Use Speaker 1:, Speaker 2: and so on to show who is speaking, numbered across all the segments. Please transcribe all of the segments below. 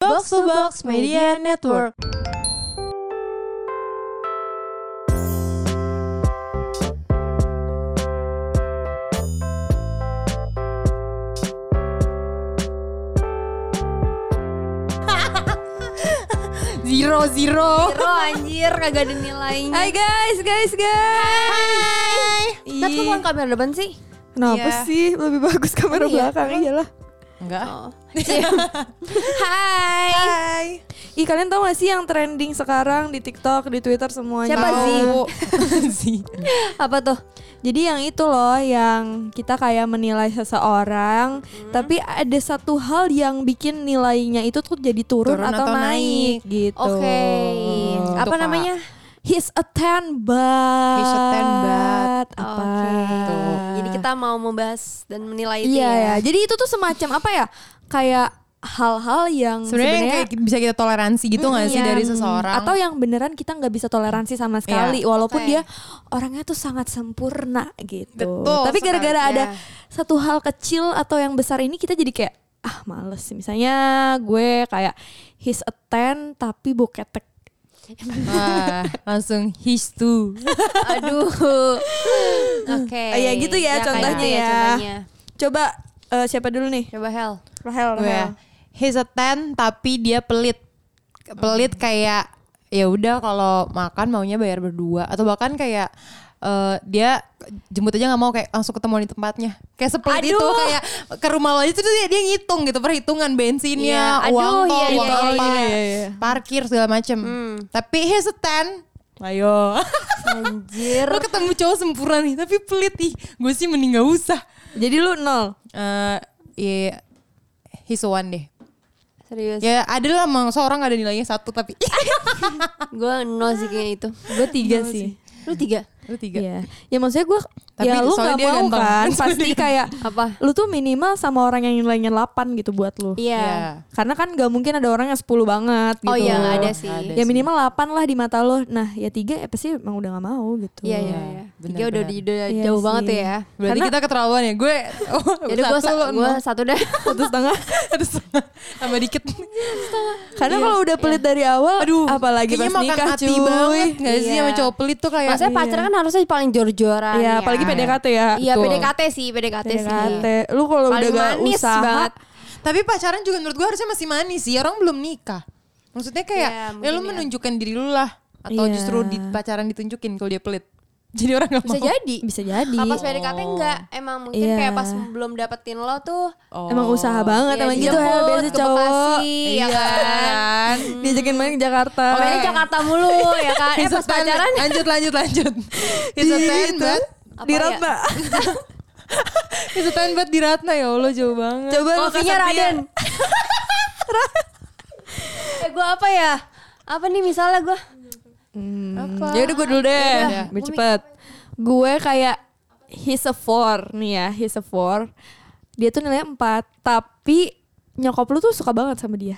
Speaker 1: Box to Box Media Network.
Speaker 2: Zero, zero.
Speaker 3: Zero anjir kagak ada nilainya.
Speaker 2: Hai guys, guys, guys.
Speaker 1: Eh,
Speaker 2: Ih.
Speaker 3: Nat, kok bukan kamera depan sih?
Speaker 1: Kenapa
Speaker 2: Iya.
Speaker 1: sih lebih bagus kamera
Speaker 3: Emang iya?
Speaker 1: belakang iyalah. Oh.
Speaker 2: Enggak.
Speaker 3: Hai.
Speaker 1: Iya. Hai. Ih kalian tahu gak sih yang trending sekarang di TikTok, di Twitter semuanya?
Speaker 3: Siapa
Speaker 1: Tahu.
Speaker 3: sih?
Speaker 2: Zi.
Speaker 3: Apa tuh?
Speaker 1: Jadi yang itu loh yang kita kayak menilai seseorang, tapi ada satu hal yang bikin nilainya itu tuh jadi turun,
Speaker 2: Turun
Speaker 1: atau,
Speaker 2: atau naik.
Speaker 1: naik. gitu. Oh.
Speaker 3: Oke.
Speaker 2: Tuh,
Speaker 3: Apa
Speaker 2: Kak.
Speaker 3: namanya?
Speaker 1: He's a ten bat.
Speaker 2: He's a ten bat.
Speaker 1: Apa?
Speaker 2: Tuh.
Speaker 3: Jadi kita mau membahas dan menilai itu
Speaker 1: Iya ya.
Speaker 3: ya.
Speaker 1: Jadi itu tuh semacam apa ya? Kayak hal-hal yang
Speaker 2: Sebenarnya yang kayak bisa kita toleransi gitu nggak sih
Speaker 3: Hmm, Iya.
Speaker 2: dari seseorang?
Speaker 1: atau yang beneran kita nggak bisa toleransi sama sekali
Speaker 2: Iya.
Speaker 1: walaupun
Speaker 3: Oke.
Speaker 1: dia orangnya tuh sangat sempurna gitu.
Speaker 2: Betul
Speaker 1: Tapi gara-gara
Speaker 3: sekali.
Speaker 1: ada
Speaker 3: Iya.
Speaker 1: satu hal kecil atau yang besar ini kita jadi kayak ah males misalnya gue kayak he's a ten tapi boketek
Speaker 2: Wah, langsung his to.
Speaker 3: Aduh. Oke.
Speaker 1: Ah, ya gitu ya
Speaker 3: kayak
Speaker 1: contohnya
Speaker 3: gitu
Speaker 1: ya.
Speaker 3: contohnya.
Speaker 1: coba eh, siapa dulu nih
Speaker 3: Coba Hel.
Speaker 1: Rahel
Speaker 2: Gue ya, he's a ten tapi dia pelit. Pelit
Speaker 3: Hmm.
Speaker 2: kayak ya udah kalau makan maunya bayar berdua atau bahkan kayak eh, dia jemput aja nggak mau kayak langsung ketemuan di tempatnya kayak sepelit itu
Speaker 1: Aduh.
Speaker 2: kayak ke rumah lo aja tuh dia, dia ngitung gitu perhitungan bensinnya
Speaker 3: Iya,
Speaker 2: uang
Speaker 3: aduh,
Speaker 2: tol
Speaker 3: iya,
Speaker 2: uang
Speaker 3: iya,
Speaker 2: apa
Speaker 3: iya, Hmm.
Speaker 2: parkir segala macem tapi he's a ten ayo
Speaker 3: Anjir.
Speaker 2: lo ketemu cowok sempurna nih tapi pelit ih gue sih mending gak usah
Speaker 1: jadi lu nol
Speaker 2: eh iya he's a one deh
Speaker 3: Serius.
Speaker 2: Ya ada lah emang seorang ada nilainya satu tapi
Speaker 3: Gue nol sih kayaknya itu.
Speaker 1: gue tiga sih
Speaker 3: Lu tiga.
Speaker 2: lu tiga.
Speaker 1: Iya. Ya maksudnya gue
Speaker 2: Tapi
Speaker 1: ya lu
Speaker 2: soalnya
Speaker 1: nggak
Speaker 2: dia
Speaker 1: mau
Speaker 2: ganteng.
Speaker 1: kan
Speaker 2: Soalnya
Speaker 1: pasti
Speaker 2: dia
Speaker 1: kayak
Speaker 3: Apa?
Speaker 1: lu tuh minimal sama orang yang nilainya 8 gitu buat lu.
Speaker 3: Iya.
Speaker 1: Karena kan gak mungkin ada orang yang 10 banget gitu.
Speaker 3: Oh iya nggak ada sih.
Speaker 2: Nggak ada.
Speaker 1: Ya minimal 8 lah di mata lu. Nah, ya 3 ya pasti emang udah gak mau gitu.
Speaker 3: Iya iya. iya.
Speaker 2: Benar,
Speaker 3: Tiga udah,
Speaker 2: benar.
Speaker 3: udah
Speaker 1: Iya
Speaker 3: jauh banget
Speaker 1: sih.
Speaker 3: tuh ya.
Speaker 2: Berarti
Speaker 1: Karena-
Speaker 2: kita keterlaluan ya. Gue oh,
Speaker 3: Jadi gue
Speaker 2: lo
Speaker 3: sa- gua
Speaker 2: nol.
Speaker 3: satu dah.
Speaker 1: Satu setengah.
Speaker 2: Terus tambah dikit.
Speaker 1: Karena
Speaker 3: Iya.
Speaker 1: kalau udah pelit dari awal, apalagi pas
Speaker 2: kayaknya makan
Speaker 1: nikah
Speaker 2: hati
Speaker 1: cuy.
Speaker 2: banget gak sih
Speaker 3: Iya.
Speaker 2: sama cowok pelit tuh kayak.
Speaker 3: Maksudnya pacaran kan harusnya paling jor-joran
Speaker 1: Iya, apalagi PDKT ya.
Speaker 3: Iya
Speaker 2: Betul.
Speaker 3: PDKT sih, PDKT,
Speaker 1: PDKT.
Speaker 3: sih.
Speaker 1: Iya kan, Lu kalau udah
Speaker 3: Iya. Paling
Speaker 1: gak
Speaker 3: manis
Speaker 1: usaha,
Speaker 3: banget.
Speaker 2: Tapi pacaran juga menurut gue harusnya masih manis sih. Orang belum nikah. Maksudnya kayak ya,
Speaker 3: Iya,
Speaker 2: lu
Speaker 3: mungkin ya.
Speaker 2: menunjukkan diri lu lah atau
Speaker 1: Iya.
Speaker 2: justru di pacaran ditunjukin kalau dia pelit. Jadi orang gak
Speaker 3: Bisa
Speaker 2: mau.
Speaker 3: jadi.
Speaker 1: bisa jadi.
Speaker 3: Kalau pas PDKT enggak, emang mungkin
Speaker 1: Iya.
Speaker 3: kayak pas belum dapetin lo tuh
Speaker 1: Emang usaha banget
Speaker 3: Iya,
Speaker 1: emang gitu
Speaker 3: dijemput
Speaker 1: ya biasa
Speaker 3: ke
Speaker 1: cowok.
Speaker 3: Bekasi,
Speaker 2: Iya
Speaker 3: ya kan.
Speaker 1: Diajakin main ke Jakarta.
Speaker 3: Pokoknya Jakarta mulu ya kan. Eh
Speaker 2: He's a
Speaker 3: pas
Speaker 2: ten.
Speaker 3: pacaran
Speaker 2: Lanjut lanjut lanjut. He's a ten but
Speaker 3: Apa
Speaker 1: di
Speaker 3: ya?
Speaker 1: Ratna.
Speaker 2: He's a ten but di Ratna ya Allah jauh banget.
Speaker 1: Coba lu
Speaker 3: kopinya
Speaker 1: kasih dia.
Speaker 3: Raden. eh gue apa ya? Apa nih misalnya gue?
Speaker 2: Apa?
Speaker 1: Ya udah gue dulu deh.
Speaker 3: Yaudah.
Speaker 1: Biar cepet. Iya, Gue kayak he's a four nih ya, he's a four. Dia tuh nilainya empat, tapi nyokap lu tuh suka banget sama dia.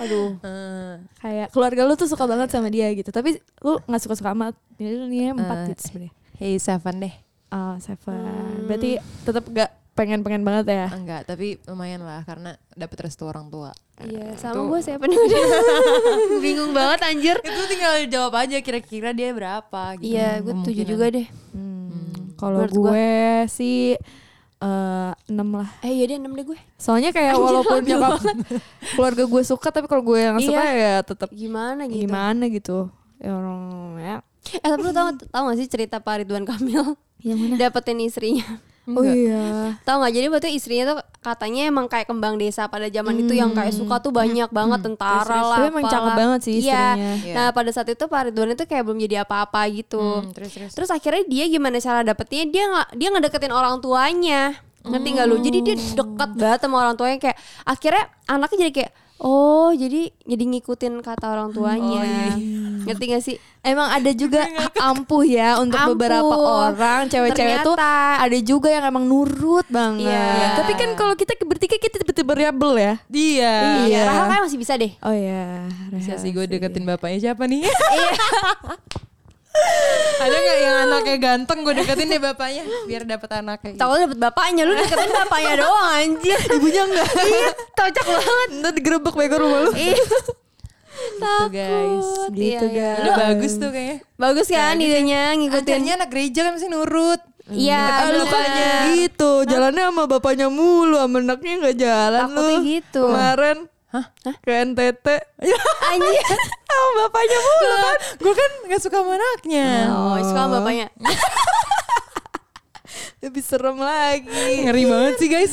Speaker 3: Aduh.
Speaker 2: Eh,
Speaker 1: kayak keluarga lu tuh suka banget sama dia gitu. Tapi lu nggak suka suka amat. Jadi lu nilainya empat
Speaker 2: Eh.
Speaker 1: gitu sebenarnya.
Speaker 2: Hey seven deh.
Speaker 1: Oh, seven. Berarti tetap gak pengen-pengen banget ya.
Speaker 2: Ah, Enggak, tapi lumayan lah karena dapet restu orang tua.
Speaker 3: Iya, sama gue siapa nih udah. Bingung banget anjir.
Speaker 2: Itu tinggal jawab aja kira-kira dia berapa gitu.
Speaker 3: Iya, gue tujuh
Speaker 2: Kemungkinan.
Speaker 3: juga deh.
Speaker 1: Hmm, Kalau
Speaker 3: Menurut gua-
Speaker 1: gue sih eh, enam lah.
Speaker 3: Eh iya deh, enam deh gue.
Speaker 1: Soalnya kayak
Speaker 3: Anjir,
Speaker 1: walaupun
Speaker 3: ambil
Speaker 1: nyokap keluarga gue suka tapi kalau gue yang nggak suka ya tetap
Speaker 3: Gimana gitu?
Speaker 1: gimana gitu. Ya orang ya.
Speaker 3: Eh tapi lu tau, tau gak sih cerita Pak Ridwan Kamil?
Speaker 1: Yang
Speaker 3: Dapetin istrinya
Speaker 1: Oh iya.
Speaker 3: Tau gak jadi waktu itu istrinya tuh katanya emang kayak kembang desa pada zaman itu Yang kayak suka tuh banyak banget tentara
Speaker 1: Istri-
Speaker 3: lah
Speaker 1: Hmm. tapi emang cakep
Speaker 3: apalah.
Speaker 1: banget sih
Speaker 3: Iya.
Speaker 1: istrinya.
Speaker 2: Iya.
Speaker 3: Nah pada saat itu Pak Ridwan itu kayak belum jadi apa-apa gitu
Speaker 2: Hmm, terus terus.
Speaker 3: Terus akhirnya dia gimana cara dapetnya Dia nggak dia ngedeketin orang tuanya Ngerti nggak lu? Jadi dia deket
Speaker 2: Hmm.
Speaker 3: banget sama orang tuanya kayak Akhirnya anaknya jadi kayak Oh jadi jadi ngikutin kata orang
Speaker 2: Oh,
Speaker 3: tuanya
Speaker 2: iya.
Speaker 3: Ngerti gak sih?
Speaker 1: Emang ada juga ampuh ya untuk
Speaker 3: Ampuh.
Speaker 1: beberapa orang cewek-cewek tuh
Speaker 3: Ternyata.
Speaker 1: ada juga yang emang nurut banget.
Speaker 3: Iya.
Speaker 1: Tapi kan kalau kita bertiga kita tiba-tiba rebel ya.
Speaker 2: Dia.
Speaker 1: Iya.
Speaker 3: Iya. Rahel kayak masih bisa deh
Speaker 1: Oh iya.
Speaker 2: Bisa sih gue deketin bapaknya siapa nih?
Speaker 3: Iya.
Speaker 2: Iya. Ada nggak yang anaknya ganteng gue deketin deh bapaknya biar dapat anaknya.
Speaker 3: Tahu dapet bapaknya, lu deketin bapaknya doang anjir.
Speaker 2: ibunya enggak.
Speaker 3: Kocak banget.
Speaker 2: Ntar digerebek bego rumah lu.
Speaker 3: Ih,
Speaker 2: Gitu guys. Iya,
Speaker 1: Gitu,
Speaker 3: Iya, iya.
Speaker 2: Lu bagus tuh kayaknya.
Speaker 3: Bagus kan idenya
Speaker 2: Ajarnya
Speaker 3: ngikutin.
Speaker 2: anak gereja kan mesti nurut.
Speaker 3: Iya,
Speaker 1: Ah, lu kan
Speaker 3: bener.
Speaker 1: gitu, jalannya sama bapaknya mulu, sama anaknya nggak jalan lu.
Speaker 3: Takutnya gitu.
Speaker 1: Kemarin
Speaker 2: Hah?
Speaker 1: ke NTT
Speaker 2: Ya,
Speaker 3: Anjir.
Speaker 1: sama bapaknya mulu.
Speaker 2: Kan, gue kan gak suka sama anaknya.
Speaker 3: Oh, suka sama bapaknya.
Speaker 1: Lebih serem lagi.
Speaker 2: Ngeri banget sih guys.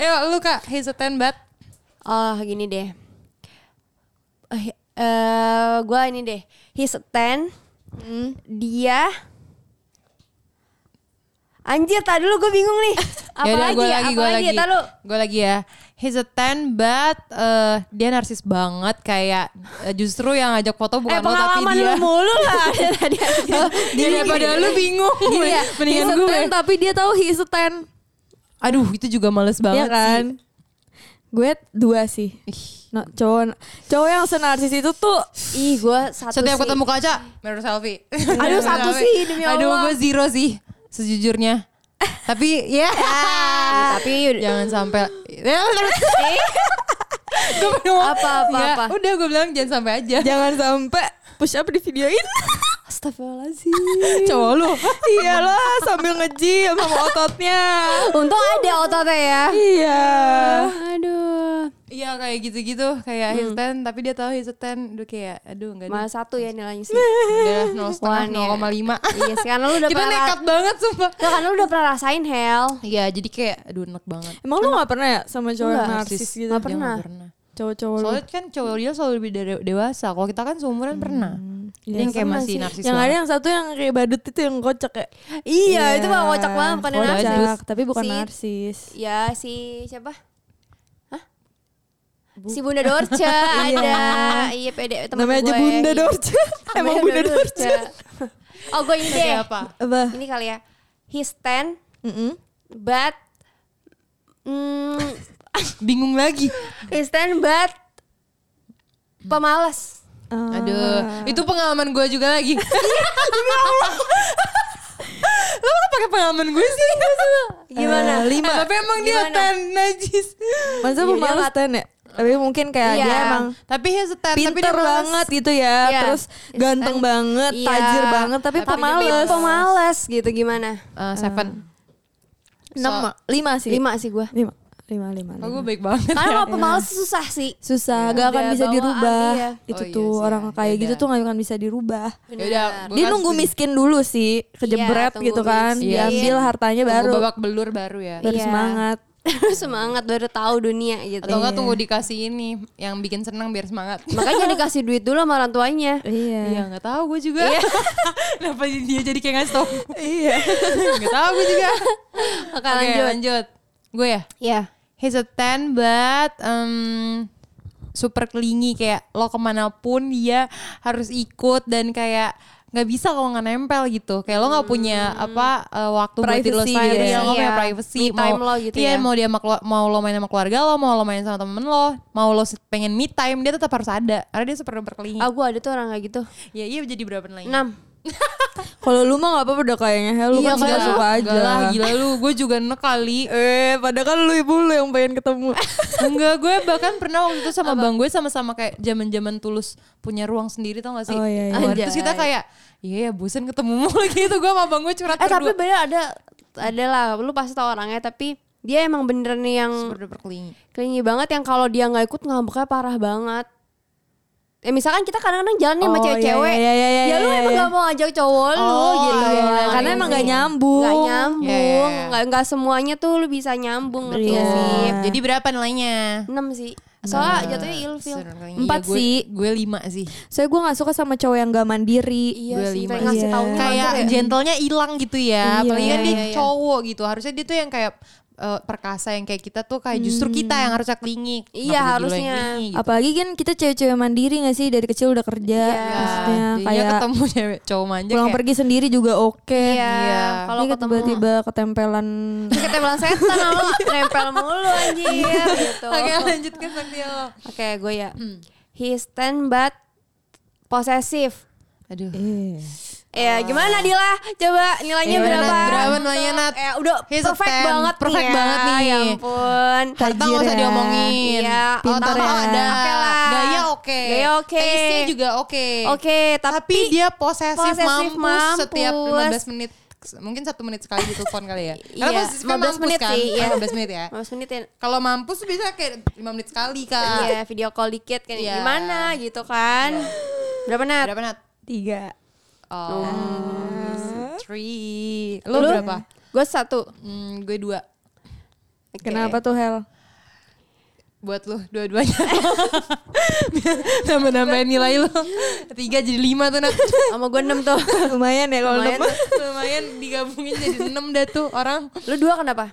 Speaker 2: Ayo lu kak, hesitant bat.
Speaker 3: Oh gini deh. Eh, eh, gua ini deh. He's a 10.
Speaker 2: Hmm.
Speaker 3: Dia Anjir, tadi dulu gue bingung nih. Apa
Speaker 2: Yaudah,
Speaker 3: lagi?
Speaker 2: gua
Speaker 3: ya?
Speaker 2: gua
Speaker 3: apa lagi? Tadi lu
Speaker 2: Gue lagi ya. He's a 10 but eh, dia narsis banget kayak eh, justru yang ngajak foto bukan
Speaker 3: eh
Speaker 2: lo tapi
Speaker 3: pengalaman
Speaker 2: dia.
Speaker 3: lu mulu lah tadi.
Speaker 1: Oh,
Speaker 2: dia daripada lu
Speaker 3: Iya,
Speaker 2: bingung.
Speaker 1: Gini ya,
Speaker 2: Mendingan
Speaker 1: he's a
Speaker 2: gue.
Speaker 1: ten, tapi dia tahu he's a ten.
Speaker 2: Aduh, itu juga males
Speaker 1: Iya
Speaker 2: banget
Speaker 1: kan?
Speaker 2: sih.
Speaker 1: Gue dua sih.
Speaker 2: Ih,
Speaker 1: No, cowok, cowok yang senarsis itu tuh
Speaker 3: Ih, gue satu
Speaker 2: Setiap
Speaker 3: sih.
Speaker 2: ketemu kaca, mirror selfie.
Speaker 3: Aduh, satu sih, demi
Speaker 2: Aduh,
Speaker 3: Allah.
Speaker 2: gue zero sih sejujurnya. Tapi ya
Speaker 3: Ah, tapi Iya,
Speaker 2: jangan sampai Gua pengen ngomong,
Speaker 3: Apa, apa,
Speaker 1: Iya.
Speaker 2: ya,
Speaker 3: apa?
Speaker 2: Udah gue bilang jangan sampai aja.
Speaker 1: jangan sampai push up di videoin.
Speaker 3: Astagfirullahaladzim.
Speaker 2: Cowok lu.
Speaker 1: Iyalah sambil nge-gym sama ototnya.
Speaker 3: Untung ada ototnya ya.
Speaker 1: Iya.
Speaker 3: Aduh.
Speaker 2: Iya kayak gitu-gitu kayak he's
Speaker 3: Hmm.
Speaker 2: a 10 tapi dia tahu he's a 10 Aduh kayak aduh enggak deh.
Speaker 3: Malah satu ya nilainya sih.
Speaker 2: Udah nol setengah
Speaker 3: Wah, nih.
Speaker 2: nol koma lima.
Speaker 3: iya sih, karena lu udah
Speaker 2: Kita
Speaker 3: pernah.
Speaker 2: nekat banget sumpah.
Speaker 3: Nggak, karena lu udah pernah rasain hell.
Speaker 2: Iya jadi kayak aduh enak banget.
Speaker 1: Emang lu gak pernah ya sama cowok yang
Speaker 3: Enggak,
Speaker 1: narsis gitu?
Speaker 3: Nggak
Speaker 2: Dia
Speaker 3: pernah.
Speaker 2: nggak pernah.
Speaker 1: Cowok-cowok lu.
Speaker 2: Soalnya kan cowok dia selalu lebih de- dewasa. Kalau kita kan seumuran pernah. Dia yang kayak
Speaker 3: pernah
Speaker 2: masih
Speaker 3: sih.
Speaker 2: narsis
Speaker 1: Yang ada
Speaker 2: banget.
Speaker 1: yang satu yang kayak badut itu yang kocak ya.
Speaker 3: Iya, itu mah kocak banget bukan
Speaker 2: Kocak.
Speaker 3: narsis.
Speaker 1: Kocak, tapi bukan
Speaker 3: Si-
Speaker 1: narsis.
Speaker 3: Ya si siapa? Hah? Si Bunda Dorce ada. Iya, pede Iya. teman
Speaker 1: Namanya aja Bunda Dorce. Emang Bunda Dorce.
Speaker 3: Oh, gue ini deh.
Speaker 2: Kayak apa?
Speaker 1: Apa?
Speaker 3: Ini kali ya. He's 10
Speaker 1: Mm-mm.
Speaker 3: but mm,
Speaker 2: Bingung lagi.
Speaker 3: he's 10 but pemalas.
Speaker 2: Eh,
Speaker 1: Ah.
Speaker 2: Aduh, itu pengalaman gue juga lagi. Iya, Lo kok pakai pengalaman gue sih?
Speaker 3: Gimana?
Speaker 1: Eh, lima.
Speaker 2: Eh, Tapi emang dia
Speaker 3: Gimana?
Speaker 2: tan najis.
Speaker 1: Masa
Speaker 3: Iya, dia
Speaker 1: pemalas
Speaker 3: nggak-
Speaker 1: ten ya? Tapi mungkin kayak
Speaker 3: Iya.
Speaker 1: dia emang
Speaker 2: Tapi dia setan, tapi dia
Speaker 1: pinter
Speaker 2: malas.
Speaker 1: banget gitu ya.
Speaker 3: Iya.
Speaker 1: Terus ganteng banget,
Speaker 3: Iya.
Speaker 1: tajir banget, tapi
Speaker 2: Tapi dia
Speaker 1: pemalas.
Speaker 3: Pemalas gitu gimana?
Speaker 2: Eh, seven.
Speaker 1: Enam,
Speaker 2: So-
Speaker 1: Ma. lima sih.
Speaker 3: Lima sih gue.
Speaker 1: lima, lima, lima.
Speaker 2: Oh,
Speaker 1: lima.
Speaker 2: gue baik banget.
Speaker 3: Karena kalau pemalas susah sih.
Speaker 1: Susah, gak akan
Speaker 3: Udah
Speaker 1: bisa
Speaker 3: bawaan
Speaker 1: dirubah.
Speaker 3: dia.
Speaker 1: Itu
Speaker 2: Oh, iya
Speaker 1: tuh
Speaker 2: sih,
Speaker 1: orang
Speaker 2: ya.
Speaker 1: kayak
Speaker 2: Beda.
Speaker 1: gitu tuh gak akan bisa dirubah.
Speaker 2: Yaudah,
Speaker 3: Benar.
Speaker 2: gua
Speaker 1: Dia
Speaker 2: kan
Speaker 1: nunggu
Speaker 2: setuju.
Speaker 1: miskin dulu sih, kejebret
Speaker 3: tunggu
Speaker 1: gitu kan,
Speaker 3: miskin.
Speaker 1: diambil hartanya
Speaker 2: Tunggu
Speaker 1: baru
Speaker 2: Iya, babak belur baru ya.
Speaker 1: baru
Speaker 3: Iya.
Speaker 1: semangat.
Speaker 3: semangat baru tahu dunia gitu.
Speaker 2: Atau enggak tunggu dikasih ini yang bikin senang biar semangat.
Speaker 3: Makanya dikasih duit dulu sama orang tuanya.
Speaker 1: Iya.
Speaker 2: Iya, nggak tahu gue juga. Kenapa dia jadi kayak ngasih tau? Iya. Nggak tahu gue juga. Oke,
Speaker 3: Oke,
Speaker 2: lanjut.
Speaker 3: lanjut.
Speaker 2: Gue ya.
Speaker 3: Ya.
Speaker 2: He's a 10 but um, super kelingi kayak lo kemanapun dia harus ikut dan kayak nggak bisa kalau nggak nempel gitu kayak lo
Speaker 3: Hmm.
Speaker 2: nggak punya apa uh, waktu buat diri lo
Speaker 1: Privacy
Speaker 2: sendiri
Speaker 1: gitu ya.
Speaker 2: lo nggak punya
Speaker 3: Iya.
Speaker 2: privacy
Speaker 3: Me time lo gitu
Speaker 2: iya
Speaker 3: ya.
Speaker 2: mau dia sama kelu- mau lo main sama keluarga lo mau lo main sama temen lo mau lo se- pengen me time dia tetap harus ada karena dia super berkelingi
Speaker 3: Iya. Aku ada tuh orang kayak gitu.
Speaker 2: ya iya jadi berapa lagi
Speaker 3: Enam.
Speaker 1: Kalau lu mah gak apa-apa udah kayaknya, "Hel, lu
Speaker 2: Iya,
Speaker 1: kan suka
Speaker 2: kayak
Speaker 1: suka
Speaker 2: lu-
Speaker 1: aja.
Speaker 2: enggak lah, gila lu gue juga enak kali
Speaker 1: Eh, padahal kan lu ibu lu yang pengen ketemu.
Speaker 2: Enggak, gue bahkan pernah waktu itu sama bang gue sama-sama kayak zaman-zaman tulus punya ruang sendiri tau gak sih?
Speaker 1: Oh, iya, iya.
Speaker 2: Keluar. Terus kita kayak, iya ya bosen ketemu mulu gitu. Gue sama bang gue curhat
Speaker 3: Eh tapi
Speaker 2: berdua.
Speaker 3: bener ada ada lah. Lu pasti tau orangnya tapi dia emang bener nih yang
Speaker 2: berdua berkelingi.
Speaker 3: kelingi banget yang kalau dia nggak ikut ngambeknya parah banget. Ya misalkan kita kadang-kadang jalan nih
Speaker 1: Oh,
Speaker 3: sama
Speaker 1: iya,
Speaker 3: cewek-cewek.
Speaker 1: iya, iya, iya,
Speaker 3: ya lu
Speaker 1: iya,
Speaker 3: emang
Speaker 1: iya.
Speaker 3: nggak mau ajak cowok lu
Speaker 1: Oh,
Speaker 3: gitu.
Speaker 1: iya,
Speaker 3: ya.
Speaker 1: karena emang nggak nyambung.
Speaker 3: Nggak nyambung.
Speaker 2: Iya, iya, iya.
Speaker 3: Nggak nggak semuanya tuh lu bisa nyambung ngerti
Speaker 1: Iya.
Speaker 3: nggak sih?
Speaker 2: Jadi berapa nilainya? Iya,
Speaker 3: 6 sih. Soalnya jatuhnya ilfil.
Speaker 1: Empat
Speaker 2: gue-
Speaker 1: sih.
Speaker 2: Gue lima sih.
Speaker 1: Soalnya gue gak suka sama cowok yang gak mandiri.
Speaker 3: Iya
Speaker 2: Gue
Speaker 3: sih,
Speaker 2: lima.
Speaker 3: kayak ngasih
Speaker 1: Iya.
Speaker 3: tahu
Speaker 2: Kayak gentlenya hilang gitu ya.
Speaker 1: Iya.
Speaker 2: Apalagi kan dia
Speaker 3: Iya, iya.
Speaker 2: cowok gitu. Harusnya dia tuh yang kayak eh, perkasa yang kayak kita tuh kayak justru kita yang harusnya kelingi. Kenapa
Speaker 3: Iya,
Speaker 2: jadi lo yang
Speaker 3: harusnya.
Speaker 2: kelingi gitu?
Speaker 1: Apalagi kan kita cewek-cewek mandiri gak sih dari kecil udah kerja,
Speaker 3: Iya.
Speaker 1: maksudnya
Speaker 2: Jadinya
Speaker 1: kayak
Speaker 2: ketemu cewek cowok manja
Speaker 1: pulang
Speaker 2: kayak,
Speaker 1: pergi ya. sendiri juga oke.
Speaker 3: Iya, kalau
Speaker 1: Ini
Speaker 3: ketemu
Speaker 1: tiba-tiba ketempelan
Speaker 3: kita bilang setan lo nempel mulu anjir gitu.
Speaker 2: Oke lanjut ke Sakti lo.
Speaker 3: Oke, gue ya. He stand but possessive.
Speaker 2: Aduh.
Speaker 1: iya.
Speaker 4: Eh.
Speaker 3: Ya gimana Dila? Coba
Speaker 2: Eh,
Speaker 3: nilainya berapa?
Speaker 2: berapa
Speaker 3: Untuk-
Speaker 2: Ah. nilainya, Nat?
Speaker 3: Eh, udah
Speaker 2: He's a
Speaker 3: perfect
Speaker 2: 10.
Speaker 3: banget
Speaker 2: Perfect
Speaker 3: nih ya.
Speaker 2: banget nih.
Speaker 3: Ya ampun.
Speaker 2: Harta nggak usah
Speaker 4: Tajir ya.
Speaker 2: diomongin.
Speaker 3: Iya,
Speaker 2: oh,
Speaker 4: pinter
Speaker 2: tato
Speaker 4: ya.
Speaker 2: ada.
Speaker 3: Oke lah.
Speaker 2: Gaya oke.
Speaker 3: Gaya oke.
Speaker 2: Taste-nya juga oke.
Speaker 3: Oke, tapi, iya,
Speaker 2: Tapi dia posesif,
Speaker 3: posesif
Speaker 2: mampus,
Speaker 3: mampus.
Speaker 2: setiap 15 menit. Mungkin satu menit sekali ditelepon kali ya. Karena
Speaker 3: Iya,
Speaker 2: posesif kan
Speaker 3: 15
Speaker 2: mampus
Speaker 3: menit
Speaker 2: kan.
Speaker 3: sih, iya.
Speaker 2: Ah, 15 menit ya.
Speaker 3: 15 menit ya.
Speaker 2: Kalau mampus tuh bisa kayak 5 menit sekali kak.
Speaker 3: Iya, video call dikit kan
Speaker 2: Ah. Iya.
Speaker 3: gimana gitu kan. Berapa Nat?
Speaker 2: Berapa Nat?
Speaker 1: Tiga.
Speaker 2: Oh,
Speaker 3: Iya.
Speaker 2: three. Lo berapa?
Speaker 3: Gue satu.
Speaker 2: Hmm, gue dua.
Speaker 3: Oke.
Speaker 1: Kenapa tuh Hel?
Speaker 2: Buat lo dua-duanya. Nambah-nambahin nilai lo. Tiga jadi lima tuh Nat.
Speaker 3: Sama gue enam tuh.
Speaker 1: Lumayan ya kalau
Speaker 2: lumayan,
Speaker 1: dapet.
Speaker 2: lumayan digabungin jadi enam dah tuh orang.
Speaker 3: Lu dua kenapa?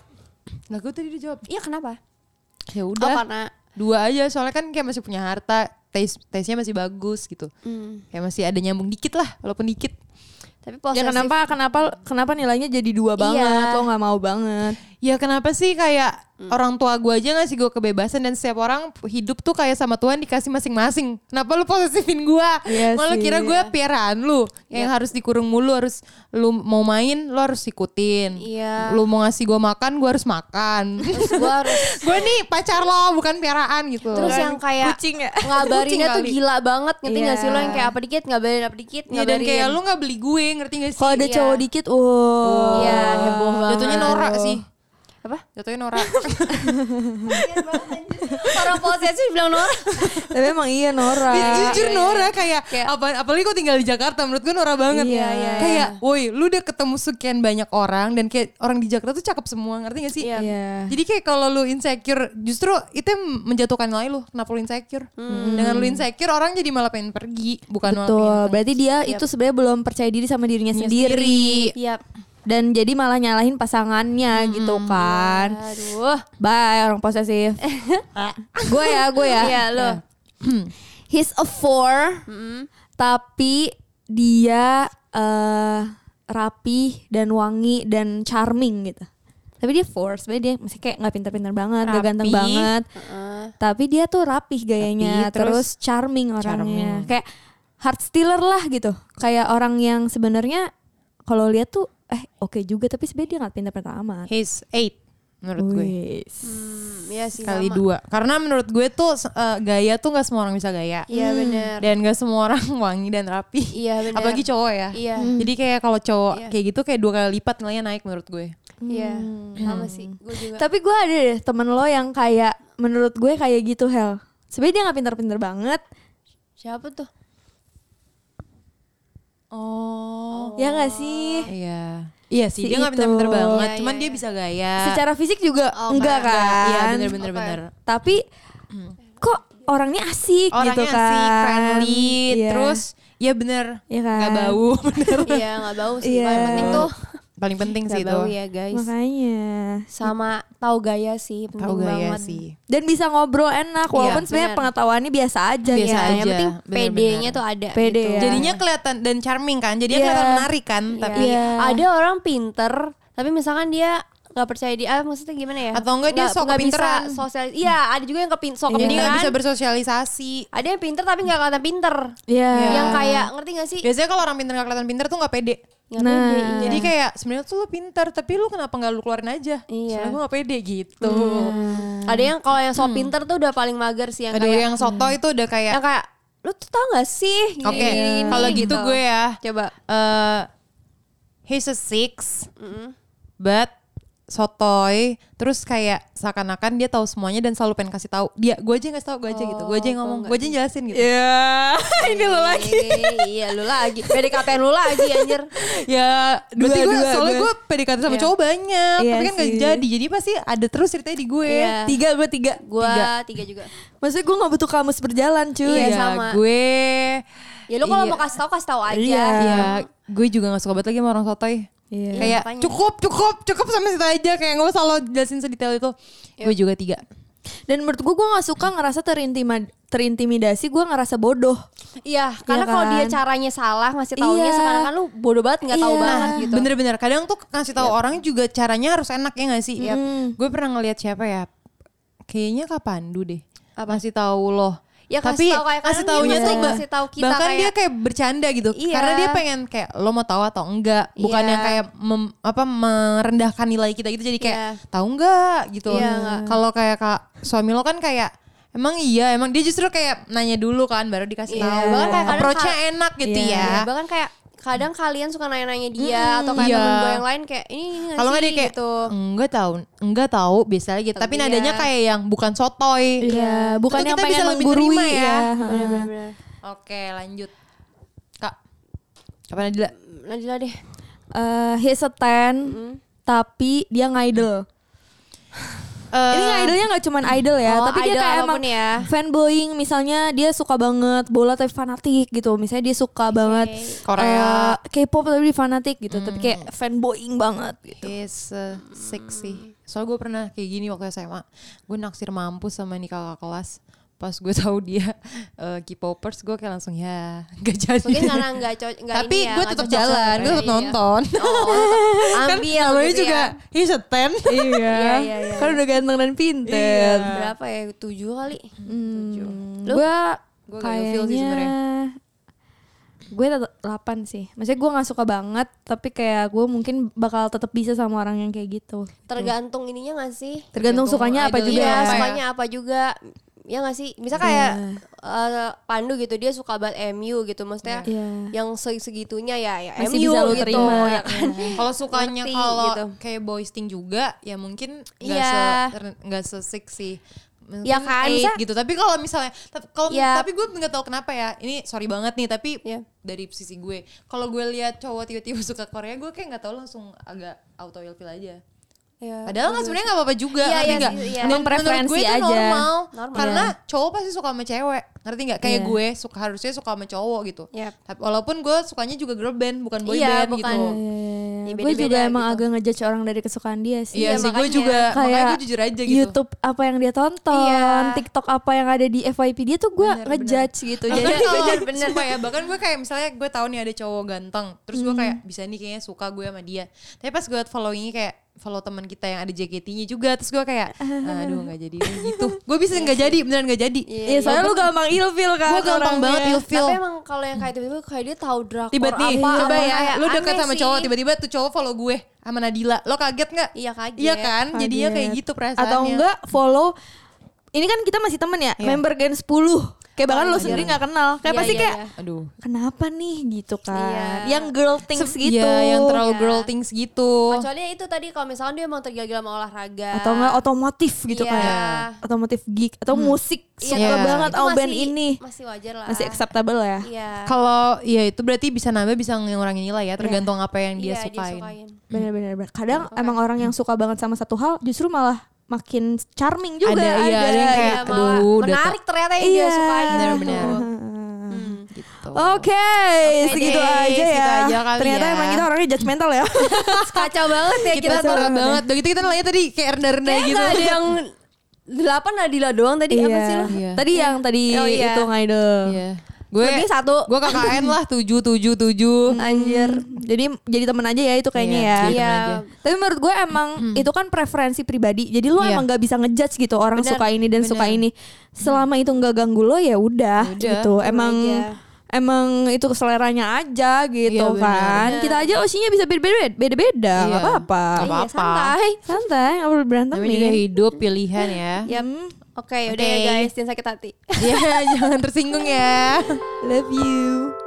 Speaker 2: Nah gue tadi udah jawab.
Speaker 3: Iya kenapa?
Speaker 2: Ya
Speaker 3: Oh
Speaker 2: udah.
Speaker 3: karena
Speaker 2: dua aja soalnya kan kayak masih punya harta taste taste-nya masih bagus gitu kayak masih ada nyambung dikit lah walaupun dikit
Speaker 3: tapi
Speaker 1: Ya
Speaker 3: posesif.
Speaker 1: kenapa kenapa kenapa nilainya jadi dua banget?
Speaker 3: Iya.
Speaker 1: Lo nggak mau banget.
Speaker 2: ya kenapa sih kayak
Speaker 3: Hmm.
Speaker 2: orang tua gue aja ngasih gue kebebasan dan setiap orang hidup tuh kayak sama Tuhan dikasih masing-masing kenapa lu posesifin gue
Speaker 1: Iya
Speaker 2: malah
Speaker 1: sih.
Speaker 2: kira gue piaraan lu yang
Speaker 3: Iya.
Speaker 2: harus dikurung mulu harus lu mau main lu harus ikutin
Speaker 3: Iya.
Speaker 2: lu mau ngasih gue makan gue harus makan
Speaker 3: Terus gue harus
Speaker 2: gue nih pacar lo bukan piaraan gitu
Speaker 3: Terus
Speaker 1: Bukan
Speaker 3: yang kayak
Speaker 1: kucing ya?
Speaker 3: ngabarinnya
Speaker 2: Kucing
Speaker 3: tuh
Speaker 2: kali.
Speaker 3: gila banget ngerti nggak sih lo
Speaker 1: Iya.
Speaker 3: yang kayak apa dikit ngabarin apa dikit
Speaker 2: Iya,
Speaker 3: ngabarin.
Speaker 2: dan kayak lu nggak beli gue ngerti gak sih
Speaker 1: Kalau ada
Speaker 3: Iya.
Speaker 1: cowok dikit, wow.
Speaker 3: Iya, heboh banget.
Speaker 2: Jatuhnya Nora sih.
Speaker 3: Apa?
Speaker 2: Jatuhnya Nora.
Speaker 3: Orang posesif bilang Nora.
Speaker 1: Tapi emang iya Nora.
Speaker 2: Jujur Nora kayak,
Speaker 3: Kayak-
Speaker 2: apa apalagi kok tinggal di Jakarta menurut gue Nora banget.
Speaker 1: Iya, iya,
Speaker 2: Kayak, woi, lu udah ketemu sekian banyak orang dan kayak orang di Jakarta tuh cakep semua, ngerti gak sih?
Speaker 3: Iya.
Speaker 1: Iya.
Speaker 2: Jadi kayak kalau lu insecure, justru itu yang menjatuhkan nilai lu. Kenapa lu insecure? Dengan lu insecure orang jadi malah pengen pergi, bukan malah
Speaker 1: Hmm. Betul.
Speaker 3: Iya.
Speaker 2: pengen
Speaker 1: Berarti dia itu sebenarnya belum percaya diri sama dirinya sendiri.
Speaker 3: Iya.
Speaker 1: Dan jadi malah nyalahin pasangannya gitu kan.
Speaker 3: Aduh.
Speaker 1: Bye orang posesif. gue ya, gue ya. Eh.
Speaker 3: Iya lo.
Speaker 1: He's a four, tapi dia eh rapi dan wangi dan charming gitu. Tapi dia four, sebenarnya dia masih kayak nggak pinter-pinter banget, nggak ganteng
Speaker 2: Rapi.
Speaker 1: banget. Tapi dia tuh rapih gayanya,
Speaker 2: Rapi, terus
Speaker 1: terus, charming orangnya.
Speaker 2: charming.
Speaker 1: Kayak heart stealer lah gitu. Kayak orang yang sebenarnya kalau lihat tuh eh oke juga, tapi sebenarnya dia nggak pinter-pinter amat.
Speaker 2: He's eight menurut gue.
Speaker 1: Wis.
Speaker 3: Iya sih.
Speaker 2: Kali
Speaker 3: sama.
Speaker 2: dua. Karena menurut gue tuh se- eh, gaya tuh nggak semua orang bisa gaya.
Speaker 3: Iya benar.
Speaker 2: dan gak semua orang wangi dan rapi.
Speaker 3: Iya, benar.
Speaker 2: Apalagi cowok ya.
Speaker 3: Iya.
Speaker 2: Jadi kayak kalau cowok
Speaker 3: Iya.
Speaker 2: kayak gitu kayak dua kali lipat nilainya naik menurut gue.
Speaker 3: Iya. Sama sih. Gue juga.
Speaker 1: Tapi gue ada deh temen lo yang kayak menurut gue kayak gitu Hel. Sebenarnya dia nggak pinter-pinter banget,
Speaker 3: Siapa tuh?
Speaker 2: Oh.
Speaker 1: ya nggak sih?
Speaker 2: Iya. Iya sih,
Speaker 1: Si
Speaker 2: dia gak
Speaker 1: itu.
Speaker 2: pintar-pintar banget,
Speaker 3: Iya,
Speaker 2: cuman
Speaker 3: iya,
Speaker 2: dia
Speaker 3: iya.
Speaker 2: bisa gaya.
Speaker 1: Secara fisik juga enggak
Speaker 2: Enggak,
Speaker 1: kan?
Speaker 2: Iya, bener-bener
Speaker 3: Oke.
Speaker 2: bener.
Speaker 1: Tapi kok orangnya asik
Speaker 2: Orangnya
Speaker 1: gitu kan?
Speaker 2: asik, friendly,
Speaker 1: Iya.
Speaker 2: terus ya bener
Speaker 1: Iya kan?
Speaker 2: nggak bau, bener.
Speaker 3: Iya nggak bau sih.
Speaker 1: Iya.
Speaker 3: Paling penting tuh
Speaker 2: Paling penting sih
Speaker 3: nggak
Speaker 2: itu.
Speaker 3: bau ya guys.
Speaker 1: makanya
Speaker 3: Sama tahu gaya sih penting
Speaker 2: Tahu gaya
Speaker 3: banget.
Speaker 2: sih.
Speaker 1: dan bisa ngobrol enak walaupun
Speaker 3: Iya,
Speaker 1: sebenarnya
Speaker 3: bener.
Speaker 1: pengetahuannya biasa aja
Speaker 2: Biasa
Speaker 3: Iya,
Speaker 1: ya.
Speaker 3: yang
Speaker 2: aja,
Speaker 3: penting
Speaker 2: benar-benar.
Speaker 3: PD-nya tuh ada.
Speaker 1: Pede
Speaker 3: gitu.
Speaker 1: ya.
Speaker 2: Jadinya kelihatan dan charming kan, jadinya
Speaker 1: Iya.
Speaker 2: kelihatan menarik kan, tapi
Speaker 3: Iya.
Speaker 1: Iya.
Speaker 3: Ada orang pinter, tapi misalkan dia nggak percaya diri, ah, maksudnya gimana ya?
Speaker 2: Atau enggak dia
Speaker 3: Nggak-
Speaker 2: sok
Speaker 3: nggak bisa
Speaker 2: kepinteran.
Speaker 3: sosial, iya ada juga yang kepin, sok
Speaker 2: jadi nggak
Speaker 3: kepinteran.
Speaker 1: kan?
Speaker 2: bisa bersosialisasi.
Speaker 3: ada yang pinter tapi nggak kelihatan pinter.
Speaker 1: Iya.
Speaker 3: Yang kayak ngerti gak sih?
Speaker 2: Biasanya kalau orang pintar gak kelihatan pintar tuh gak pede.
Speaker 3: Nggak
Speaker 1: Nah.
Speaker 3: pede, iya.
Speaker 2: Jadi kayak sebenarnya tuh lu pintar, tapi lu kenapa nggak lu keluarin aja?
Speaker 3: Iya.
Speaker 2: Soalnya gue gak pede gitu.
Speaker 3: ada yang kalau yang sok pinter tuh udah paling mager sih yang
Speaker 2: Aduh,
Speaker 3: kayak
Speaker 2: yang soto itu udah kayak
Speaker 3: yang kayak lu tuh tau gak sih? Gini,
Speaker 2: oke,
Speaker 3: gini,
Speaker 2: kalau gitu gue ya.
Speaker 3: coba.
Speaker 2: eh, he's a six, but sotoy terus kayak seakan-akan dia tahu semuanya dan selalu pengen kasih tahu dia gue aja yang kasih tahu gue aja gitu gue aja yang ngomong gue aja yang jelasin gitu
Speaker 1: Ya, ini lo lagi.
Speaker 3: Eh, iya lu lagi. PDKT lu lagi anjir.
Speaker 2: ya berarti
Speaker 1: Dua,
Speaker 2: gue
Speaker 1: dua,
Speaker 2: soalnya
Speaker 1: dua.
Speaker 2: gue PDKT sama
Speaker 3: Iya.
Speaker 2: cowok banyak
Speaker 1: Iya
Speaker 2: tapi kan gak
Speaker 1: sih.
Speaker 2: jadi jadi pasti ada terus ceritanya di gue
Speaker 3: Iya.
Speaker 1: Tiga gue tiga.
Speaker 3: Gua tiga juga.
Speaker 1: Maksudnya gue gak butuh kamus berjalan cuy.
Speaker 3: Iya,
Speaker 2: Iya,
Speaker 3: sama.
Speaker 2: gue
Speaker 3: Ya lu kalau
Speaker 2: Iya.
Speaker 3: mau kasih tahu kasih tahu aja.
Speaker 1: Iya.
Speaker 2: Iya, gue juga gak suka banget lagi sama orang sotoy.
Speaker 1: Iya.
Speaker 2: Kayak
Speaker 3: makanya.
Speaker 2: cukup, cukup, cukup sampai situ aja kayak gak usah lo jelasin sedetail itu.
Speaker 3: Iya.
Speaker 2: Gue juga tiga.
Speaker 1: Dan menurut gue gue gak suka ngerasa terintima- terintimidasi. Gue ngerasa bodoh.
Speaker 3: Iya, karena
Speaker 1: Iya
Speaker 3: kalau dia
Speaker 1: kan?
Speaker 3: caranya salah ngasih taunya
Speaker 1: Iya.
Speaker 3: sekarang kan lu bodoh banget nggak tahu
Speaker 1: Iya.
Speaker 3: banget gitu. Iya.
Speaker 2: Bener-bener kadang tuh ngasih tahu orang juga caranya harus enak ya gak sih? Gue pernah ngeliat siapa ya? Kayaknya Kak Pandu deh. Apa? Ngasih tahu lo.
Speaker 3: ya
Speaker 2: tapi
Speaker 3: kasih tahu kayak
Speaker 2: kasih
Speaker 3: kadang dia
Speaker 2: taunya tuh
Speaker 3: pasti
Speaker 2: ba-
Speaker 3: kasih tahu kita
Speaker 2: bahkan
Speaker 3: kayak
Speaker 2: dia kayak bercanda gitu
Speaker 3: Iya.
Speaker 2: karena dia pengen kayak lo mau tahu atau enggak bukan
Speaker 3: Iya.
Speaker 2: yang kayak mem- apa merendahkan nilai kita gitu jadi kayak
Speaker 3: Iya.
Speaker 2: tahu enggak gitu
Speaker 3: Iya, enggak.
Speaker 2: kalau kayak kak suami lo kan kayak emang iya emang dia justru kayak nanya dulu kan baru dikasih
Speaker 3: Iya.
Speaker 2: tahu bahkan kayak
Speaker 3: Kadang
Speaker 2: approach-nya
Speaker 3: kal-
Speaker 2: enak gitu
Speaker 3: Iya,
Speaker 2: ya
Speaker 3: bahkan kayak kadang kalian suka nanya-nanya dia
Speaker 2: Mm-mm,
Speaker 3: atau kayak
Speaker 2: iya.
Speaker 3: temen gue yang lain kayak ini, ini
Speaker 2: kalau
Speaker 3: nggak sih
Speaker 2: nggak dia kayak
Speaker 3: gitu.
Speaker 2: enggak tahu enggak tahu biasanya gitu tapi
Speaker 3: Tapi iya.
Speaker 2: nadanya kayak yang bukan sotoy
Speaker 1: Iya, bukan
Speaker 2: Itu
Speaker 1: yang
Speaker 2: kita
Speaker 1: pengen
Speaker 2: bisa lebih
Speaker 1: menggurui
Speaker 2: terima
Speaker 3: iya.
Speaker 2: ya.
Speaker 1: ya.
Speaker 3: Bener-bener.
Speaker 2: oke lanjut kak kapan Adila
Speaker 3: Nadila deh.
Speaker 1: Eh, he's a ten, tapi dia ngidol.
Speaker 2: Eh,
Speaker 1: Ini idolnya nggak cuman idol ya,
Speaker 3: Eh. Oh,
Speaker 1: tapi dia
Speaker 3: idol
Speaker 1: kayak emang
Speaker 3: apapun ya.
Speaker 1: fanboying misalnya dia suka banget bola tapi fanatik gitu. Misalnya dia suka banget
Speaker 2: Korea.
Speaker 1: eh, K-pop tapi dia fanatik gitu, tapi
Speaker 3: Mm.
Speaker 1: kayak fanboying banget gitu.
Speaker 2: Is uh, sexy. Soalnya gue pernah kayak gini waktu SMA. Gue naksir mampus sama nih kakak kelas. Pas gue tahu dia uh, K-popers, gue kayak langsung ya gak jadi.
Speaker 3: Mungkin karena nggak cocok nggak
Speaker 2: Tapi
Speaker 3: ini ya,
Speaker 2: gue
Speaker 3: nggak
Speaker 2: tetap
Speaker 3: cocok sama
Speaker 2: jalan, gue
Speaker 3: mereka.
Speaker 2: tetap
Speaker 3: Iya.
Speaker 2: nonton. Kan
Speaker 3: Oh, oh, tetap ambil
Speaker 2: namanya
Speaker 3: gitu
Speaker 2: juga
Speaker 3: ya.
Speaker 2: he's a ten.
Speaker 1: Iya,
Speaker 3: iya, iya.
Speaker 1: kan udah ganteng dan
Speaker 2: Iya.
Speaker 1: pinter.
Speaker 3: Berapa ya? Tujuh kali. Tujuh.
Speaker 1: Hmm,
Speaker 3: Lu?
Speaker 1: gue
Speaker 2: Gua gak ilfeel sih
Speaker 1: kayaknya
Speaker 2: sebenarnya.
Speaker 1: gue tetap 8 sih. Maksudnya gue nggak suka banget, tapi kayak gue mungkin bakal tetap bisa sama orang yang kayak gitu.
Speaker 3: Tergantung ininya nggak sih?
Speaker 2: Tergantung
Speaker 1: Tergantung sukanya apa
Speaker 2: idolnya
Speaker 1: juga.
Speaker 3: Iya,
Speaker 2: apa ya?
Speaker 3: sukanya apa juga. Ya nggak sih? Misal kayak eh, Pandu gitu, dia suka banget MU gitu. Maksudnya
Speaker 1: Iya.
Speaker 3: yang se- segitunya ya, ya
Speaker 1: Masih
Speaker 3: MU
Speaker 1: bisa lu
Speaker 3: gitu.
Speaker 1: terima.
Speaker 3: Ya kan?
Speaker 2: Kalau sukanya
Speaker 3: Ngerti,
Speaker 2: kalau
Speaker 3: gitu.
Speaker 2: kayak boysting juga, ya mungkin nggak
Speaker 3: Iya.
Speaker 2: se ter- nggak se seksi. Mungkin
Speaker 3: Ya kan,
Speaker 2: eight
Speaker 3: bisa-
Speaker 2: gitu. Tapi kalau misalnya, tapi, kalau
Speaker 3: Ya.
Speaker 2: tapi gue nggak tahu kenapa ya. Ini sorry banget nih, tapi
Speaker 3: Ya.
Speaker 2: dari sisi gue, kalau gue lihat cowok tiba-tiba suka Korea, gue kayak nggak tahu langsung agak auto ilfil aja.
Speaker 3: Iya.
Speaker 2: Padahal nggak sebenarnya nggak apa-apa juga,
Speaker 3: Iya,
Speaker 2: ngerti
Speaker 3: iya,
Speaker 2: nggak?
Speaker 3: iya.
Speaker 2: Dan
Speaker 1: Emang
Speaker 2: menurut
Speaker 1: preferensi
Speaker 2: gue itu
Speaker 1: aja.
Speaker 2: Normal,
Speaker 3: Normal. Iya.
Speaker 2: Karena cowok pasti suka sama cewek, ngerti nggak? Kayak
Speaker 1: Iya.
Speaker 2: gue suka harusnya suka sama cowok gitu.
Speaker 3: Yap.
Speaker 2: Tapi walaupun gue sukanya juga girl band, bukan boy
Speaker 3: Iya,
Speaker 2: band
Speaker 3: bukan.
Speaker 2: gitu.
Speaker 1: gue
Speaker 3: Ya,
Speaker 1: iya. juga
Speaker 3: beda-beda
Speaker 1: emang
Speaker 3: gitu.
Speaker 1: agak ngejudge orang dari kesukaan dia sih.
Speaker 2: Iya
Speaker 3: Iya,
Speaker 2: sih gue
Speaker 3: makanya.
Speaker 2: juga makanya
Speaker 1: Kayak
Speaker 2: gue jujur aja gitu.
Speaker 1: YouTube apa yang dia tonton,
Speaker 3: Iya.
Speaker 1: TikTok apa yang ada di FYP dia tuh gue
Speaker 2: Bener,
Speaker 1: ngejudge gitu.
Speaker 2: Bahkan
Speaker 1: Jadi
Speaker 2: kalau- sumpah ya bahkan gue kayak misalnya gue tahu nih ada cowok ganteng, terus gue kayak bisa nih kayaknya suka gue sama dia. Tapi pas gue liat followingnya kayak follow teman kita yang ada JKT-nya juga, terus gue kayak aduh nggak jadi deh," gitu. Gue bisa nggak jadi beneran nggak jadi.
Speaker 1: Iya, soalnya lu gampang ilfil kan.
Speaker 2: Gue gampang
Speaker 1: orangnya.
Speaker 2: banget ilfil.
Speaker 3: Tapi emang kalau yang kayak tiba-tiba kayak dia tahu drakor
Speaker 2: Tiba
Speaker 3: apa,
Speaker 2: nih, coba
Speaker 3: apa,
Speaker 2: ya,
Speaker 3: kayak
Speaker 2: lu deket
Speaker 3: aneh
Speaker 2: sama
Speaker 3: sih.
Speaker 2: cowok tiba-tiba tuh cowok follow gue sama Nadila. Lo kaget nggak?
Speaker 3: Iya, kaget.
Speaker 2: Iya kan? Jadinya kayak gitu perasaannya.
Speaker 1: Atau enggak follow ini kan kita masih temen ya, member Gen 10. Kayak bahkan lo sendiri nggak kenal. Kayak
Speaker 3: Oh, Iya,
Speaker 1: pasti
Speaker 3: iya,
Speaker 1: kayak
Speaker 3: iya.
Speaker 2: Aduh.
Speaker 1: kenapa nih gitu kan.
Speaker 3: Iya.
Speaker 1: Yang girl things
Speaker 2: Se-
Speaker 1: gitu.
Speaker 2: Iya, yang terlalu
Speaker 3: Iya.
Speaker 2: girl things gitu.
Speaker 3: Kecuali ya itu tadi kalau misalkan dia emang tergila-gila sama olahraga.
Speaker 1: atau enggak otomotif gitu
Speaker 3: Iya.
Speaker 1: kayak otomotif geek atau musik
Speaker 3: Iya,
Speaker 1: suka
Speaker 2: Iya.
Speaker 1: banget
Speaker 3: itu
Speaker 1: sama
Speaker 3: masih-
Speaker 1: band ini.
Speaker 3: Masih wajar lah.
Speaker 1: Masih acceptable ya.
Speaker 3: Iya.
Speaker 2: Kalau ya itu berarti bisa nambah bisa ngurangin nilai ya tergantung apa yang dia
Speaker 3: Iya,
Speaker 2: sukain.
Speaker 1: Bener-bener. Kadang emang orang yang suka banget sama satu hal justru malah makin charming juga.
Speaker 2: Ada, iya, ada yang kayak,
Speaker 3: Iya, malah
Speaker 2: aduh, udah
Speaker 3: menarik ternyata yang
Speaker 1: Iya.
Speaker 3: dia sukain.
Speaker 2: Benar-benar.
Speaker 3: gitu.
Speaker 2: Gitu.
Speaker 1: Oke, segitu
Speaker 2: deh,
Speaker 1: aja ya.
Speaker 2: segitu aja kali
Speaker 1: Ternyata
Speaker 2: ya.
Speaker 1: emang kita orangnya judgmental ya.
Speaker 3: Kacau banget ya kita,
Speaker 2: Kita
Speaker 1: tuh-
Speaker 2: parah banget. Udah gitu kita nanya tadi kayak rendah-rendah
Speaker 3: Kayaknya
Speaker 2: gitu.
Speaker 3: nggak ada yang delapan Nadila doang tadi apa sih lu?
Speaker 2: Iya.
Speaker 1: Tadi yang tadi
Speaker 3: Oh, iya.
Speaker 1: itu ngidol.
Speaker 2: Iya. Gue
Speaker 1: Lebih satu.
Speaker 2: Gue KKN lah 777.
Speaker 1: Anjir. Jadi jadi temen aja ya itu kayaknya
Speaker 2: Iya,
Speaker 1: ya.
Speaker 2: jadi
Speaker 3: Iya.
Speaker 2: temen aja.
Speaker 1: Tapi menurut gue emang itu kan preferensi pribadi. Jadi lu
Speaker 2: Iya.
Speaker 1: emang gak bisa ngejudge gitu orang
Speaker 3: Bener,
Speaker 1: suka ini dan suka ini. Selama itu nggak ganggu lo ya udah
Speaker 2: Udah,
Speaker 1: gitu. Emang
Speaker 3: aja.
Speaker 1: emang itu seleranya aja gitu
Speaker 2: Iya, bener.
Speaker 1: kan. Kita aja osinya bisa beda-beda, beda-beda, nggak
Speaker 2: Iya.
Speaker 1: apa-apa.
Speaker 2: Nggak
Speaker 3: Iya,
Speaker 2: apa-apa.
Speaker 3: santai.
Speaker 1: Santai, nggak perlu berantem
Speaker 2: Namanya juga
Speaker 1: nih. Iya. Hmm.
Speaker 2: hidup pilihan ya.
Speaker 3: Yap. Oke, udah ya
Speaker 2: Oke.
Speaker 3: guys, jangan sakit hati.
Speaker 2: Iya, jangan tersinggung ya.
Speaker 1: Love you.